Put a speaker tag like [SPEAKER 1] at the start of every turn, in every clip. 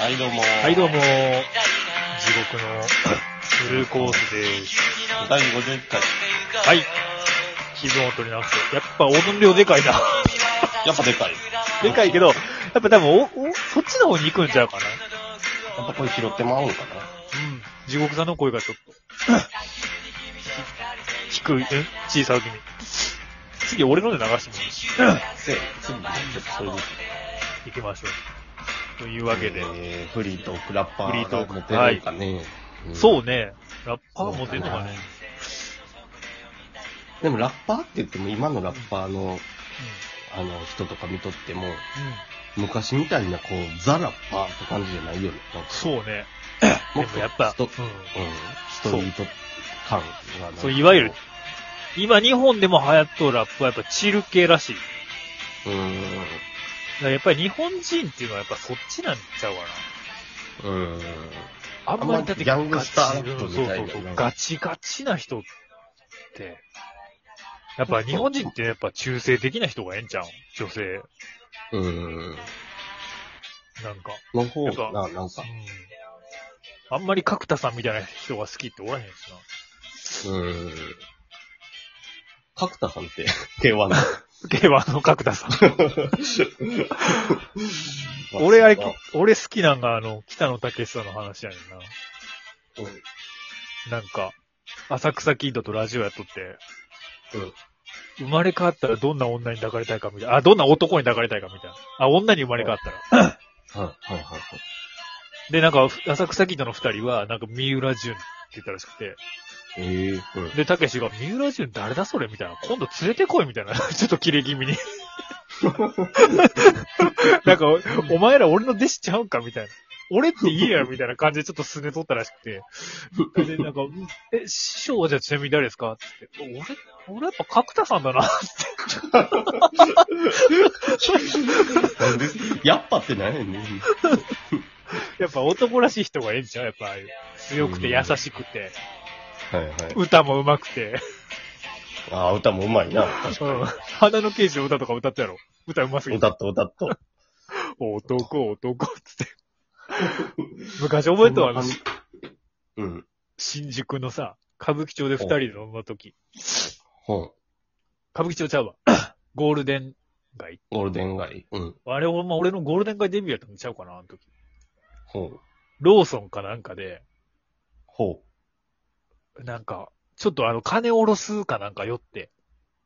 [SPEAKER 1] はい、どうも。
[SPEAKER 2] はい、どうも、地獄のブルーコースです。
[SPEAKER 1] 第50回。
[SPEAKER 2] はい。気分を取り直して。やっぱ音量でかいな。
[SPEAKER 1] やっぱでかい。
[SPEAKER 2] でかいけど、やっぱ多分おお、そっちの方に行くんちゃうかな。
[SPEAKER 1] やっぱこれ拾ってまうんかな。
[SPEAKER 2] うん。地獄さんの声がちょっと。低い、ん小さ気味。次俺ので流してもいい
[SPEAKER 1] で、次、ちょっとそれで。
[SPEAKER 2] 行きましょう。というわけで。
[SPEAKER 1] えー、フリートーク、ラッパー。
[SPEAKER 2] フリートーク
[SPEAKER 1] 持ってるのかね。ん
[SPEAKER 2] そうね。ラッパー持ってんのかね。
[SPEAKER 1] でもラッパーって言っても、今のラッパーの、
[SPEAKER 2] う
[SPEAKER 1] あの、人とか見とっても、
[SPEAKER 2] ん。うん。
[SPEAKER 1] 昔みたいな、こう、ザラッパーって感じじゃないよね。なんか
[SPEAKER 2] そうね。
[SPEAKER 1] もっ
[SPEAKER 2] で
[SPEAKER 1] と
[SPEAKER 2] もやっぱ、
[SPEAKER 1] 人
[SPEAKER 2] うん
[SPEAKER 1] うん、ストリート感がなんか
[SPEAKER 2] そう、いわゆる、今日本でも流行っとるラップはやっぱチル系らしい。
[SPEAKER 1] うー
[SPEAKER 2] だからやっぱり日本人っていうのはやっぱそっちなんちゃうか
[SPEAKER 1] ん。うーん。
[SPEAKER 2] な。あんまりだって
[SPEAKER 1] ギャング
[SPEAKER 2] ガ
[SPEAKER 1] ス
[SPEAKER 2] チ
[SPEAKER 1] ターラップ
[SPEAKER 2] うん
[SPEAKER 1] み
[SPEAKER 2] そう
[SPEAKER 1] たい
[SPEAKER 2] そ
[SPEAKER 1] な
[SPEAKER 2] うそう。ガチガチな人って。やっぱ日本人ってやっぱ中性的な人がええんちゃうん女性。
[SPEAKER 1] うーん。
[SPEAKER 2] なんか。
[SPEAKER 1] の方
[SPEAKER 2] やっ
[SPEAKER 1] が、なんか
[SPEAKER 2] う、ん。あんまり角田さんみたいな人が好きっておらへんし
[SPEAKER 1] うーん。角田さんって、K1 だ。
[SPEAKER 2] な。令和の角田さん。 俺あれ、俺好きなんがあの、北野武さんの話やねんな。
[SPEAKER 1] う
[SPEAKER 2] なんか、浅草キッドとラジオやっとって、
[SPEAKER 1] ん。うん。
[SPEAKER 2] 生まれ変わったらどんな女に抱かれたいかみたいな。あ、どんな男に抱かれたいかみたいな。あ、女に生まれ変わったら。
[SPEAKER 1] はい、はい、はい。
[SPEAKER 2] で、なんか、浅草キッドの二人は、なんか、三浦淳って言ったらしくて。
[SPEAKER 1] ええー、
[SPEAKER 2] で、たけしが、三浦淳誰だそれみたいな。今度連れてこいみたいな。 ちょっとキレ気味に。なんか、おお前ら俺の弟子ちゃうんかみたいな。俺って言えや、みたいな感じでちょっとすねとったらしくて。で、なんか、うんえ、師匠はじゃあちなみに誰ですかって言って。俺、俺やっぱ角田さんだな。
[SPEAKER 1] なんでやっぱって何やねん。
[SPEAKER 2] やっぱ男らしい人がええんちゃうやっぱああいう強くて優しくて、
[SPEAKER 1] はい、はい。
[SPEAKER 2] 歌も上手くて、
[SPEAKER 1] ああ、歌もうまいな。
[SPEAKER 2] うん花の刑事の歌とか歌ったやろ。歌うますぎて。
[SPEAKER 1] 歌っと、歌っと。
[SPEAKER 2] 男、男、つって。昔覚えたわ、あの、
[SPEAKER 1] うん。
[SPEAKER 2] 新宿のさ、歌舞伎町で二人で飲んだ時。
[SPEAKER 1] ほん。
[SPEAKER 2] 歌舞伎町ちゃうわ。 ゴールデン街。
[SPEAKER 1] ゴールデン街。うん。
[SPEAKER 2] あれ、ほんま俺のゴールデン街デビューやったんちゃうかな、あの時。
[SPEAKER 1] ほう。
[SPEAKER 2] ローソンかなんかで、
[SPEAKER 1] ほ
[SPEAKER 2] なんか、ちょっとあの、金おろすかなんか酔って、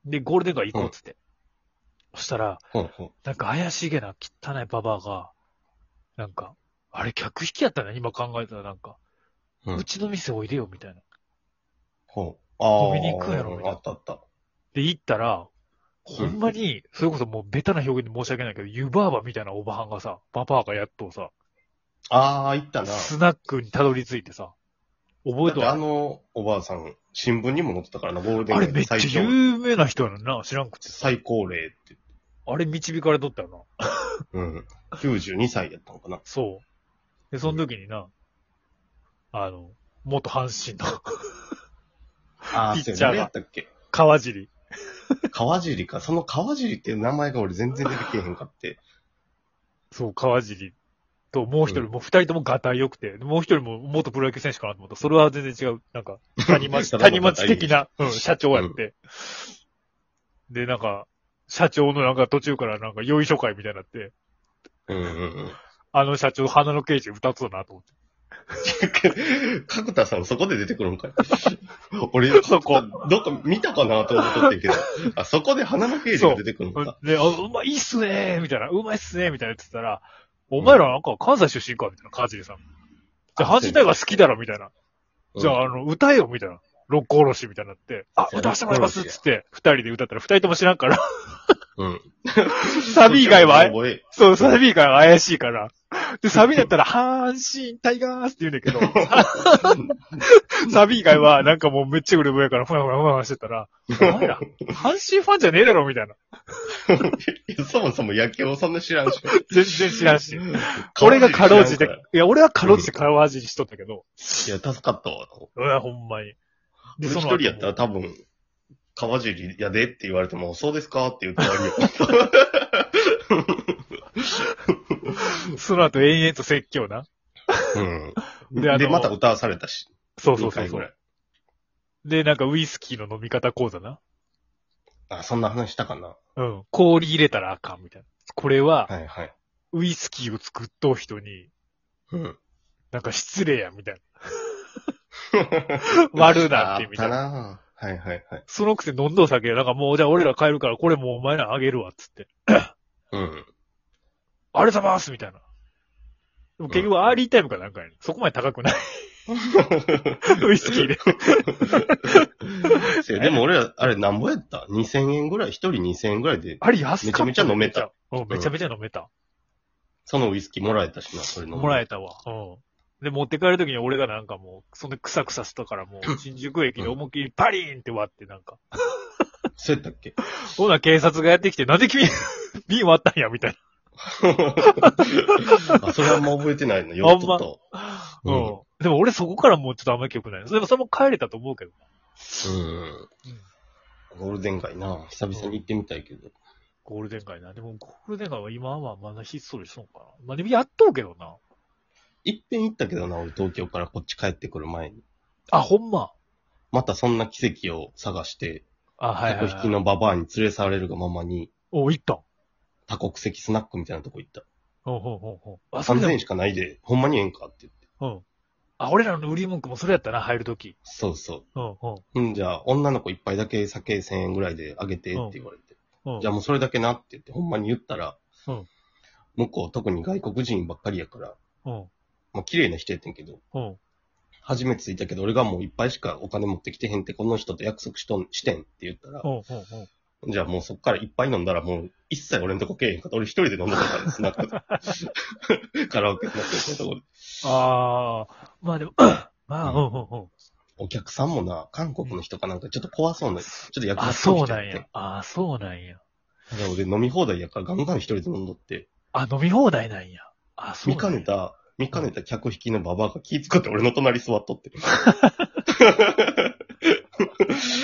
[SPEAKER 2] で、ゴールデン街行こうっつって。そしたら、
[SPEAKER 1] う。ほん、ほん。
[SPEAKER 2] なんか怪しげな汚いババアが、なんか、あれ客引きやったな、今考えたらなんか、
[SPEAKER 1] う
[SPEAKER 2] うんちの店おいでよ、みたいな。
[SPEAKER 1] ほう。ああ。
[SPEAKER 2] 飲みに行くやろみたいな
[SPEAKER 1] あったあった。
[SPEAKER 2] で、行ったら、ほんまに、それこそもうベタな表現で申し訳ないけど、湯婆婆みたいなおばはんがさ、ババアがやっとさ、
[SPEAKER 1] ああ、行ったな。
[SPEAKER 2] スナックにたどり着いてさ、覚
[SPEAKER 1] だ
[SPEAKER 2] えと
[SPEAKER 1] ってあ
[SPEAKER 2] は、
[SPEAKER 1] の、おばあさん、新聞にも載ってたからな、ゴールデン
[SPEAKER 2] あ
[SPEAKER 1] 街
[SPEAKER 2] れめっちゃ
[SPEAKER 1] 最強
[SPEAKER 2] 有名な人やのにな、知らんくて。
[SPEAKER 1] 最高齢って。
[SPEAKER 2] あれ導かれとったよな。
[SPEAKER 1] うん。92歳やったのかな。
[SPEAKER 2] そう。で、その時にな、あの、元阪神の
[SPEAKER 1] あ
[SPEAKER 2] ピッチャーが
[SPEAKER 1] 誰やったっけ
[SPEAKER 2] 川尻。
[SPEAKER 1] 川尻か。その川尻っていう名前が俺全然出てけえへんかって。
[SPEAKER 2] そう、川尻と、もう一人、
[SPEAKER 1] うん
[SPEAKER 2] もう二人ともガタイ良くて、もう一人も元プロ野球選手かなと思った。それは全然違う。なんか、 谷町、
[SPEAKER 1] ただの
[SPEAKER 2] 谷町的な、うん、社長やって。で、なんか、社長のなんか途中からなんか、よいしょ会みたいになって、
[SPEAKER 1] うんうんうん。
[SPEAKER 2] あの社長、花の刑事歌ってたなと思って。
[SPEAKER 1] 角田さんそこで出てくるんかい。 俺、
[SPEAKER 2] そこ。
[SPEAKER 1] どっか見たかなと思っとってんけ ど。あ、そこで花の刑事が出てくるのか。
[SPEAKER 2] で、あうまいっすねーみたいな、うまいっすねーみたいな言ってたら、お前らなんか関西出身かみたいな、川尻さん。じゃ
[SPEAKER 1] あ
[SPEAKER 2] あ、阪神タイガー好きだろみたいな。
[SPEAKER 1] うん
[SPEAKER 2] じゃあ、あの、歌えよ、みたいな。ロックおろしみたいになって、あ、
[SPEAKER 1] そう
[SPEAKER 2] 歌わせてもらいますっつって、二人で歌ったら二人とも知らん から、
[SPEAKER 1] うん。
[SPEAKER 2] サビ以外は、
[SPEAKER 1] 覚え
[SPEAKER 2] そう、サビ以外は怪しいから。で、サビだったら、阪神タイガースって言うんだ けど、サビ以外は、なんかもうめっちゃうるぶやから、ふわふわふわふわしてたら、お前ら、阪神ファンじゃねえだろ、みたいな。
[SPEAKER 1] そもそも野球をそんな知らんし。
[SPEAKER 2] 全然知ら んし。俺がかろうじて、
[SPEAKER 1] 川尻知らんか
[SPEAKER 2] いや、俺はかろうじて川尻しとったけ ど、
[SPEAKER 1] らいや、助かったわ。
[SPEAKER 2] うわ、ほんまに。
[SPEAKER 1] 俺
[SPEAKER 2] そ
[SPEAKER 1] 一
[SPEAKER 2] の後
[SPEAKER 1] 人やったら多分、川尻やでって言われても、そうですかって言ってあげよ。
[SPEAKER 2] その後延々と説教な。
[SPEAKER 1] うん。
[SPEAKER 2] であ
[SPEAKER 1] で、
[SPEAKER 2] の
[SPEAKER 1] また歌わされたし。
[SPEAKER 2] そうそう
[SPEAKER 1] 2
[SPEAKER 2] そう
[SPEAKER 1] 回
[SPEAKER 2] そ
[SPEAKER 1] ぐら
[SPEAKER 2] う。
[SPEAKER 1] い。
[SPEAKER 2] で、なんかウイスキーの飲み方講座な。
[SPEAKER 1] あ、そんな話したかな。
[SPEAKER 2] うん。氷入れたらあかんみたいな。これは、
[SPEAKER 1] はいはい。
[SPEAKER 2] ウイスキーを作っとう人に、
[SPEAKER 1] うん。
[SPEAKER 2] なんか失礼や、みたいな。悪なって、みたいな。
[SPEAKER 1] あったなぁはいはいはい。
[SPEAKER 2] そのくせ飲んどう酒や、なんかもう、じゃあ俺ら帰るから、これもうお前らあげるわ、つって。
[SPEAKER 1] うん。
[SPEAKER 2] あれざますみたいな。でも結局、アーリータイムかなんかやね、ん。そこまで高くない。 ウイスキーで。
[SPEAKER 1] せやでも俺ら、あれなんぼやった ?2000 円ぐらい、一人2000円ぐらいで、
[SPEAKER 2] あれ安かっ た。
[SPEAKER 1] めちゃめちゃ飲めた。
[SPEAKER 2] うん、めちゃめちゃ飲めた。
[SPEAKER 1] そのウイスキーもらえたしな、それの。
[SPEAKER 2] もら
[SPEAKER 1] え
[SPEAKER 2] えたわ。うん。で、持って帰るときに俺がなんかもう、そんなクサクサしたからも う、新宿駅で思いっきりパリーンって割ってなんか。
[SPEAKER 1] そうやったっけ
[SPEAKER 2] ほな、警察がやってきて、なんで君、 瓶割ったんや、みたい
[SPEAKER 1] あ、それはあんま覚えて ないの。よっとっと。
[SPEAKER 2] な。
[SPEAKER 1] う
[SPEAKER 2] うんん。でも俺そこからもうちょっとあんまり記憶ない。でもそれも帰れたと思うけどな。
[SPEAKER 1] うん。ゴールデン街な久々に行ってみたいけど。
[SPEAKER 2] ゴールデン街な。でもゴールデン街は今はまだひっそりしとんかな。まあでもやっとうけどな。
[SPEAKER 1] 一遍行ったけどな、俺東京からこっち帰ってくる前に。
[SPEAKER 2] あ、ほんま。
[SPEAKER 1] またそんな奇跡を探して、
[SPEAKER 2] あ、はいは
[SPEAKER 1] 客
[SPEAKER 2] い、はい。
[SPEAKER 1] 引きのババアに連れ去られるがままに、
[SPEAKER 2] お、行ったん。
[SPEAKER 1] 多国籍スナックみたいなとこ行った。
[SPEAKER 2] ほうほうほうほう。あ、それ
[SPEAKER 1] 3000
[SPEAKER 2] で
[SPEAKER 1] 円しかないで、ほんまにええんかって言って。
[SPEAKER 2] も、うん。あ、俺らの売り文句もそれやったな、入るとき。
[SPEAKER 1] そうそ
[SPEAKER 2] うん、うん、
[SPEAKER 1] う。んじゃあ、女の子一杯だけ酒1000円ぐらいであげてって言われて。
[SPEAKER 2] うん。
[SPEAKER 1] じゃあもうそれだけなって言って、ほんまに言ったら、
[SPEAKER 2] うん
[SPEAKER 1] 向こう特に外国人ばっかりやから、
[SPEAKER 2] うん、
[SPEAKER 1] まあ綺麗な人やってんけど、
[SPEAKER 2] うん。
[SPEAKER 1] 初めて着いたけど、俺がもういっぱいしかお金持ってきてへんって、この人と約束しとん、してんって言ったら
[SPEAKER 2] う、ん、うん、うん。
[SPEAKER 1] じゃあもうそっからいっぱい飲んだらもう一切俺のとこけえへんかった。俺一人で飲んでたからです、なんか。 カラオケになってそういうとこで。
[SPEAKER 2] ああ、まあでも、 まあ、うん、うん、うん。
[SPEAKER 1] お客さんもな、韓国の人かなんかちょっと怖そうな、ちょっと役
[SPEAKER 2] あ、そうなんや。あ、そうなんや。
[SPEAKER 1] 俺飲み放題やからガンガン一人で飲んどって、
[SPEAKER 2] あ、飲み放題なんや。あ、そう
[SPEAKER 1] 見
[SPEAKER 2] な
[SPEAKER 1] か
[SPEAKER 2] んや。
[SPEAKER 1] ねた、見かねた客引きのババアが気使って俺の隣座っと って。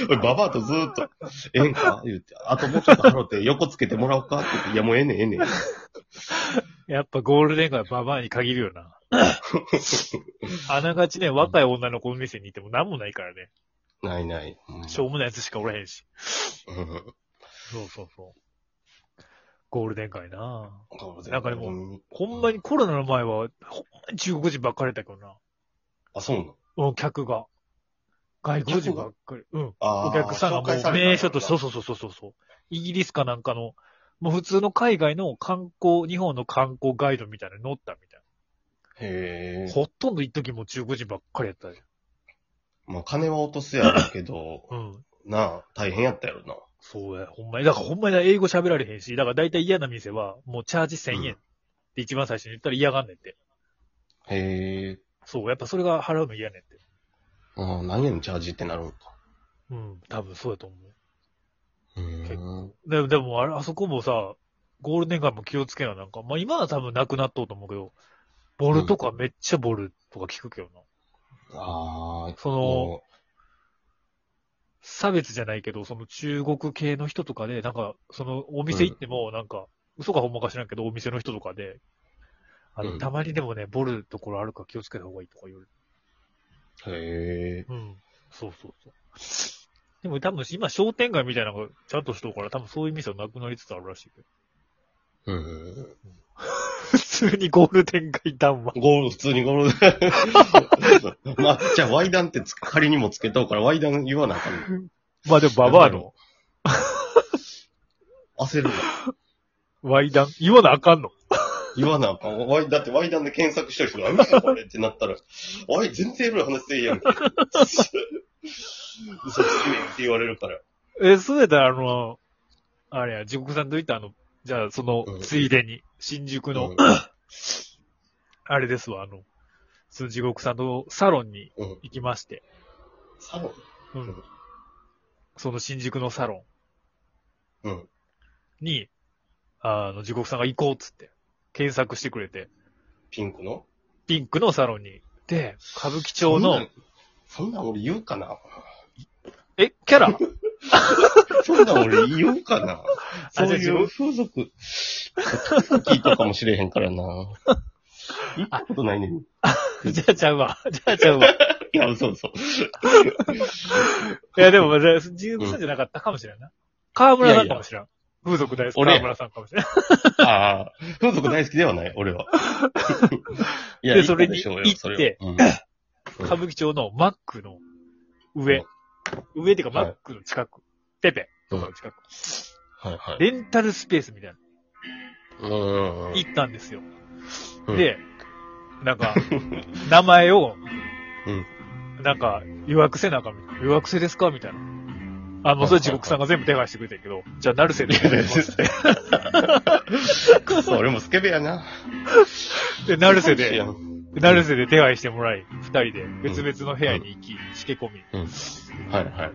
[SPEAKER 1] 俺ババアとずーっと、ええんか言って、あともうちょっと払って横つけてもらおうかって言って、いやもうええねんええねん。
[SPEAKER 2] やっぱゴールデン街はババアに限る よな。あながちね、若い女の子の店にいても何もないからね。
[SPEAKER 1] ないない。うん
[SPEAKER 2] しょうもないやつしかおらへんし。
[SPEAKER 1] うん
[SPEAKER 2] そうそうそう。ゴールデン街な
[SPEAKER 1] な
[SPEAKER 2] なんかでもほんまにコロナの前は、ほんまに中国人ばっかりだったけどな。
[SPEAKER 1] あ、そうなの
[SPEAKER 2] うん、客が。外国人ばっかり。うん。
[SPEAKER 1] あー
[SPEAKER 2] お客さんがも
[SPEAKER 1] 紹介さ
[SPEAKER 2] う
[SPEAKER 1] れたんや
[SPEAKER 2] 名所として、そうそうそうそうそうそう。イギリスかなんかの、もう普通の海外の観光、日本の観光ガイドみたいなの乗ったみたい
[SPEAKER 1] へ
[SPEAKER 2] な。
[SPEAKER 1] え。
[SPEAKER 2] ほとんど一時もう中国人ばっかりやったで。
[SPEAKER 1] まあ、金は落とすやろうけど、
[SPEAKER 2] うん。
[SPEAKER 1] なあ、大変やったやろな。
[SPEAKER 2] そうや、ほんまに。だからほんまに英語喋られへんし、だから大体嫌な店は、もうチャージ1000円って一番最初に言ったら嫌がんねんって。
[SPEAKER 1] へえ。
[SPEAKER 2] そう、やっぱそれが払うの嫌ねんって。
[SPEAKER 1] ああ、何円のチャージってなるんか。
[SPEAKER 2] うん、多分そうやと思
[SPEAKER 1] う
[SPEAKER 2] う。
[SPEAKER 1] ーん。
[SPEAKER 2] ででもあれ、あそこもさ、ゴールデン街も気をつけな、なんか。まあ今は多分なくなっとうと思うけど、ボルとかめっちゃボルとか聞くけどな。
[SPEAKER 1] ああ、
[SPEAKER 2] その、
[SPEAKER 1] も
[SPEAKER 2] 差別じゃないけど、その中国系の人とかで、なんか、そのお店行っても、なんか、嘘かほんまか知らんけど、お店の人とかで、あ
[SPEAKER 1] う
[SPEAKER 2] の、
[SPEAKER 1] ん
[SPEAKER 2] たまにでもね、ボルところあるから気をつけた方がいいとか言われる。
[SPEAKER 1] うへえ。
[SPEAKER 2] うん。そうそうそう。でも多分今商店街みたいなのがちゃんとしとうから、多分そういう店はなくなりつつあるらしいけど。
[SPEAKER 1] うーん。
[SPEAKER 2] 普通にゴールデン街談話。
[SPEAKER 1] ゴール、普通にゴール。 まあ、じゃあ、ワイダンってつ仮にもつけとうから、ワイダン言わなあかん。
[SPEAKER 2] まあでもババア の、
[SPEAKER 1] 焦るわ。
[SPEAKER 2] ワイダン、言わなあかんの。
[SPEAKER 1] 言わなあかん。ワイだってワイダンで検索してる人が、うそこれってなったら、おい、全然エロい話せえやん け。嘘つきねんって言われるから。
[SPEAKER 2] え、そうやったらあの、あれや、地獄さんと言ったあの、じゃあその
[SPEAKER 1] う、ん
[SPEAKER 2] ついでに、新宿の、
[SPEAKER 1] うん
[SPEAKER 2] あれですわ、あの、その地獄さんとサロンに
[SPEAKER 1] うん。
[SPEAKER 2] 行きまして、
[SPEAKER 1] サロン
[SPEAKER 2] うん
[SPEAKER 1] うん
[SPEAKER 2] その新宿のサロ
[SPEAKER 1] うん。
[SPEAKER 2] ンに、あの、地獄さんが行こうっつって、検索してくれて、
[SPEAKER 1] ピンクの
[SPEAKER 2] ピンクのサロンに、で、歌舞伎町
[SPEAKER 1] そん
[SPEAKER 2] の
[SPEAKER 1] な、ん。そんなん俺言うかな
[SPEAKER 2] え、キ ャラ
[SPEAKER 1] そんなん俺言うかなそう
[SPEAKER 2] あじゃあ
[SPEAKER 1] いう風俗、聞いたかもしれへんからな。行ったことないねん。い
[SPEAKER 2] じゃあちゃうわ。じゃあちゃうわ。
[SPEAKER 1] や、そうそう。
[SPEAKER 2] いや、でも、まだ十分さんじゃなかったかもしれんな。河村さんかもしれん。風俗大好き
[SPEAKER 1] 俺
[SPEAKER 2] 河村さんかもしれん。
[SPEAKER 1] ああ、風俗大好きではない、俺 は。い
[SPEAKER 2] でそれ
[SPEAKER 1] 行
[SPEAKER 2] に
[SPEAKER 1] ったでしょうよ
[SPEAKER 2] 行
[SPEAKER 1] それは うんうん
[SPEAKER 2] 歌舞伎町のマックの上。上っていうか、マックの近く。ペペ。とかの近く。
[SPEAKER 1] はいはい。
[SPEAKER 2] レンタルスペースみたい
[SPEAKER 1] う
[SPEAKER 2] な。
[SPEAKER 1] んうんうん
[SPEAKER 2] 行ったんですよ。
[SPEAKER 1] うん
[SPEAKER 2] で、なんか、名前を、なんか、予約せなあかんみたいな。予約制ですかみたいな。あ、もうそれ地獄さんが全部手配してくれてんけど、じゃあ、なるせ
[SPEAKER 1] い
[SPEAKER 2] で
[SPEAKER 1] や
[SPEAKER 2] お願い
[SPEAKER 1] 別
[SPEAKER 2] します。
[SPEAKER 1] にくそ、俺もスケベやな。
[SPEAKER 2] で、なるせ
[SPEAKER 1] い
[SPEAKER 2] で
[SPEAKER 1] や、 うん
[SPEAKER 2] なるせで手配してもらい、二人で別々の部屋に行き、しけ込み。
[SPEAKER 1] はいはい。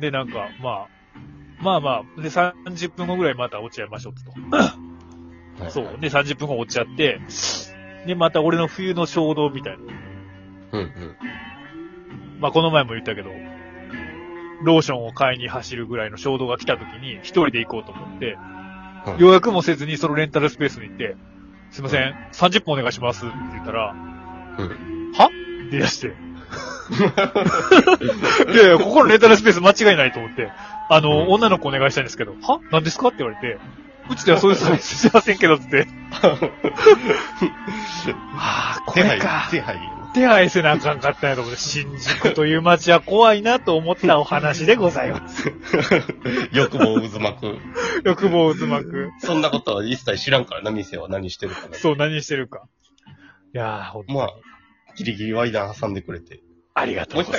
[SPEAKER 2] で、なんか、まあ、まあまあ、で、30分後ぐらいまた落ち合いましょうってと。
[SPEAKER 1] はい
[SPEAKER 2] そう。。で、30分後落ち合って、で、また俺の冬の衝動みたいな。
[SPEAKER 1] うんうん。
[SPEAKER 2] まあ、この前も言ったけど、ローションを買いに走るぐらいの衝動が来た時に、一人で行こうと思って、
[SPEAKER 1] うん
[SPEAKER 2] 予約もせずにそのレンタルスペースに行って、すいません、30分お願いしますって言ったら、
[SPEAKER 1] うん
[SPEAKER 2] はって出して。いやいや、ここのレンタルスペース間違いないと思って、あの、
[SPEAKER 1] うん
[SPEAKER 2] 女の子お願いしたいんですけど、は何ですかって言われて、うちではそういうサービスしませんけどって。ああ、こ
[SPEAKER 1] 手
[SPEAKER 2] れ
[SPEAKER 1] 配
[SPEAKER 2] か、。
[SPEAKER 1] 手配。
[SPEAKER 2] 手配せなあかんかったんやと思って、新宿という街は怖いなと思ったお話でございます。
[SPEAKER 1] 欲望渦巻く。
[SPEAKER 2] 欲望渦巻く。
[SPEAKER 1] そんなことは一切知らんからな、店は何してるかな。
[SPEAKER 2] そう、何してるか。いやー、ほんと
[SPEAKER 1] まあ、ギリギリワイダー挟んでくれて。
[SPEAKER 2] ありがとうございます。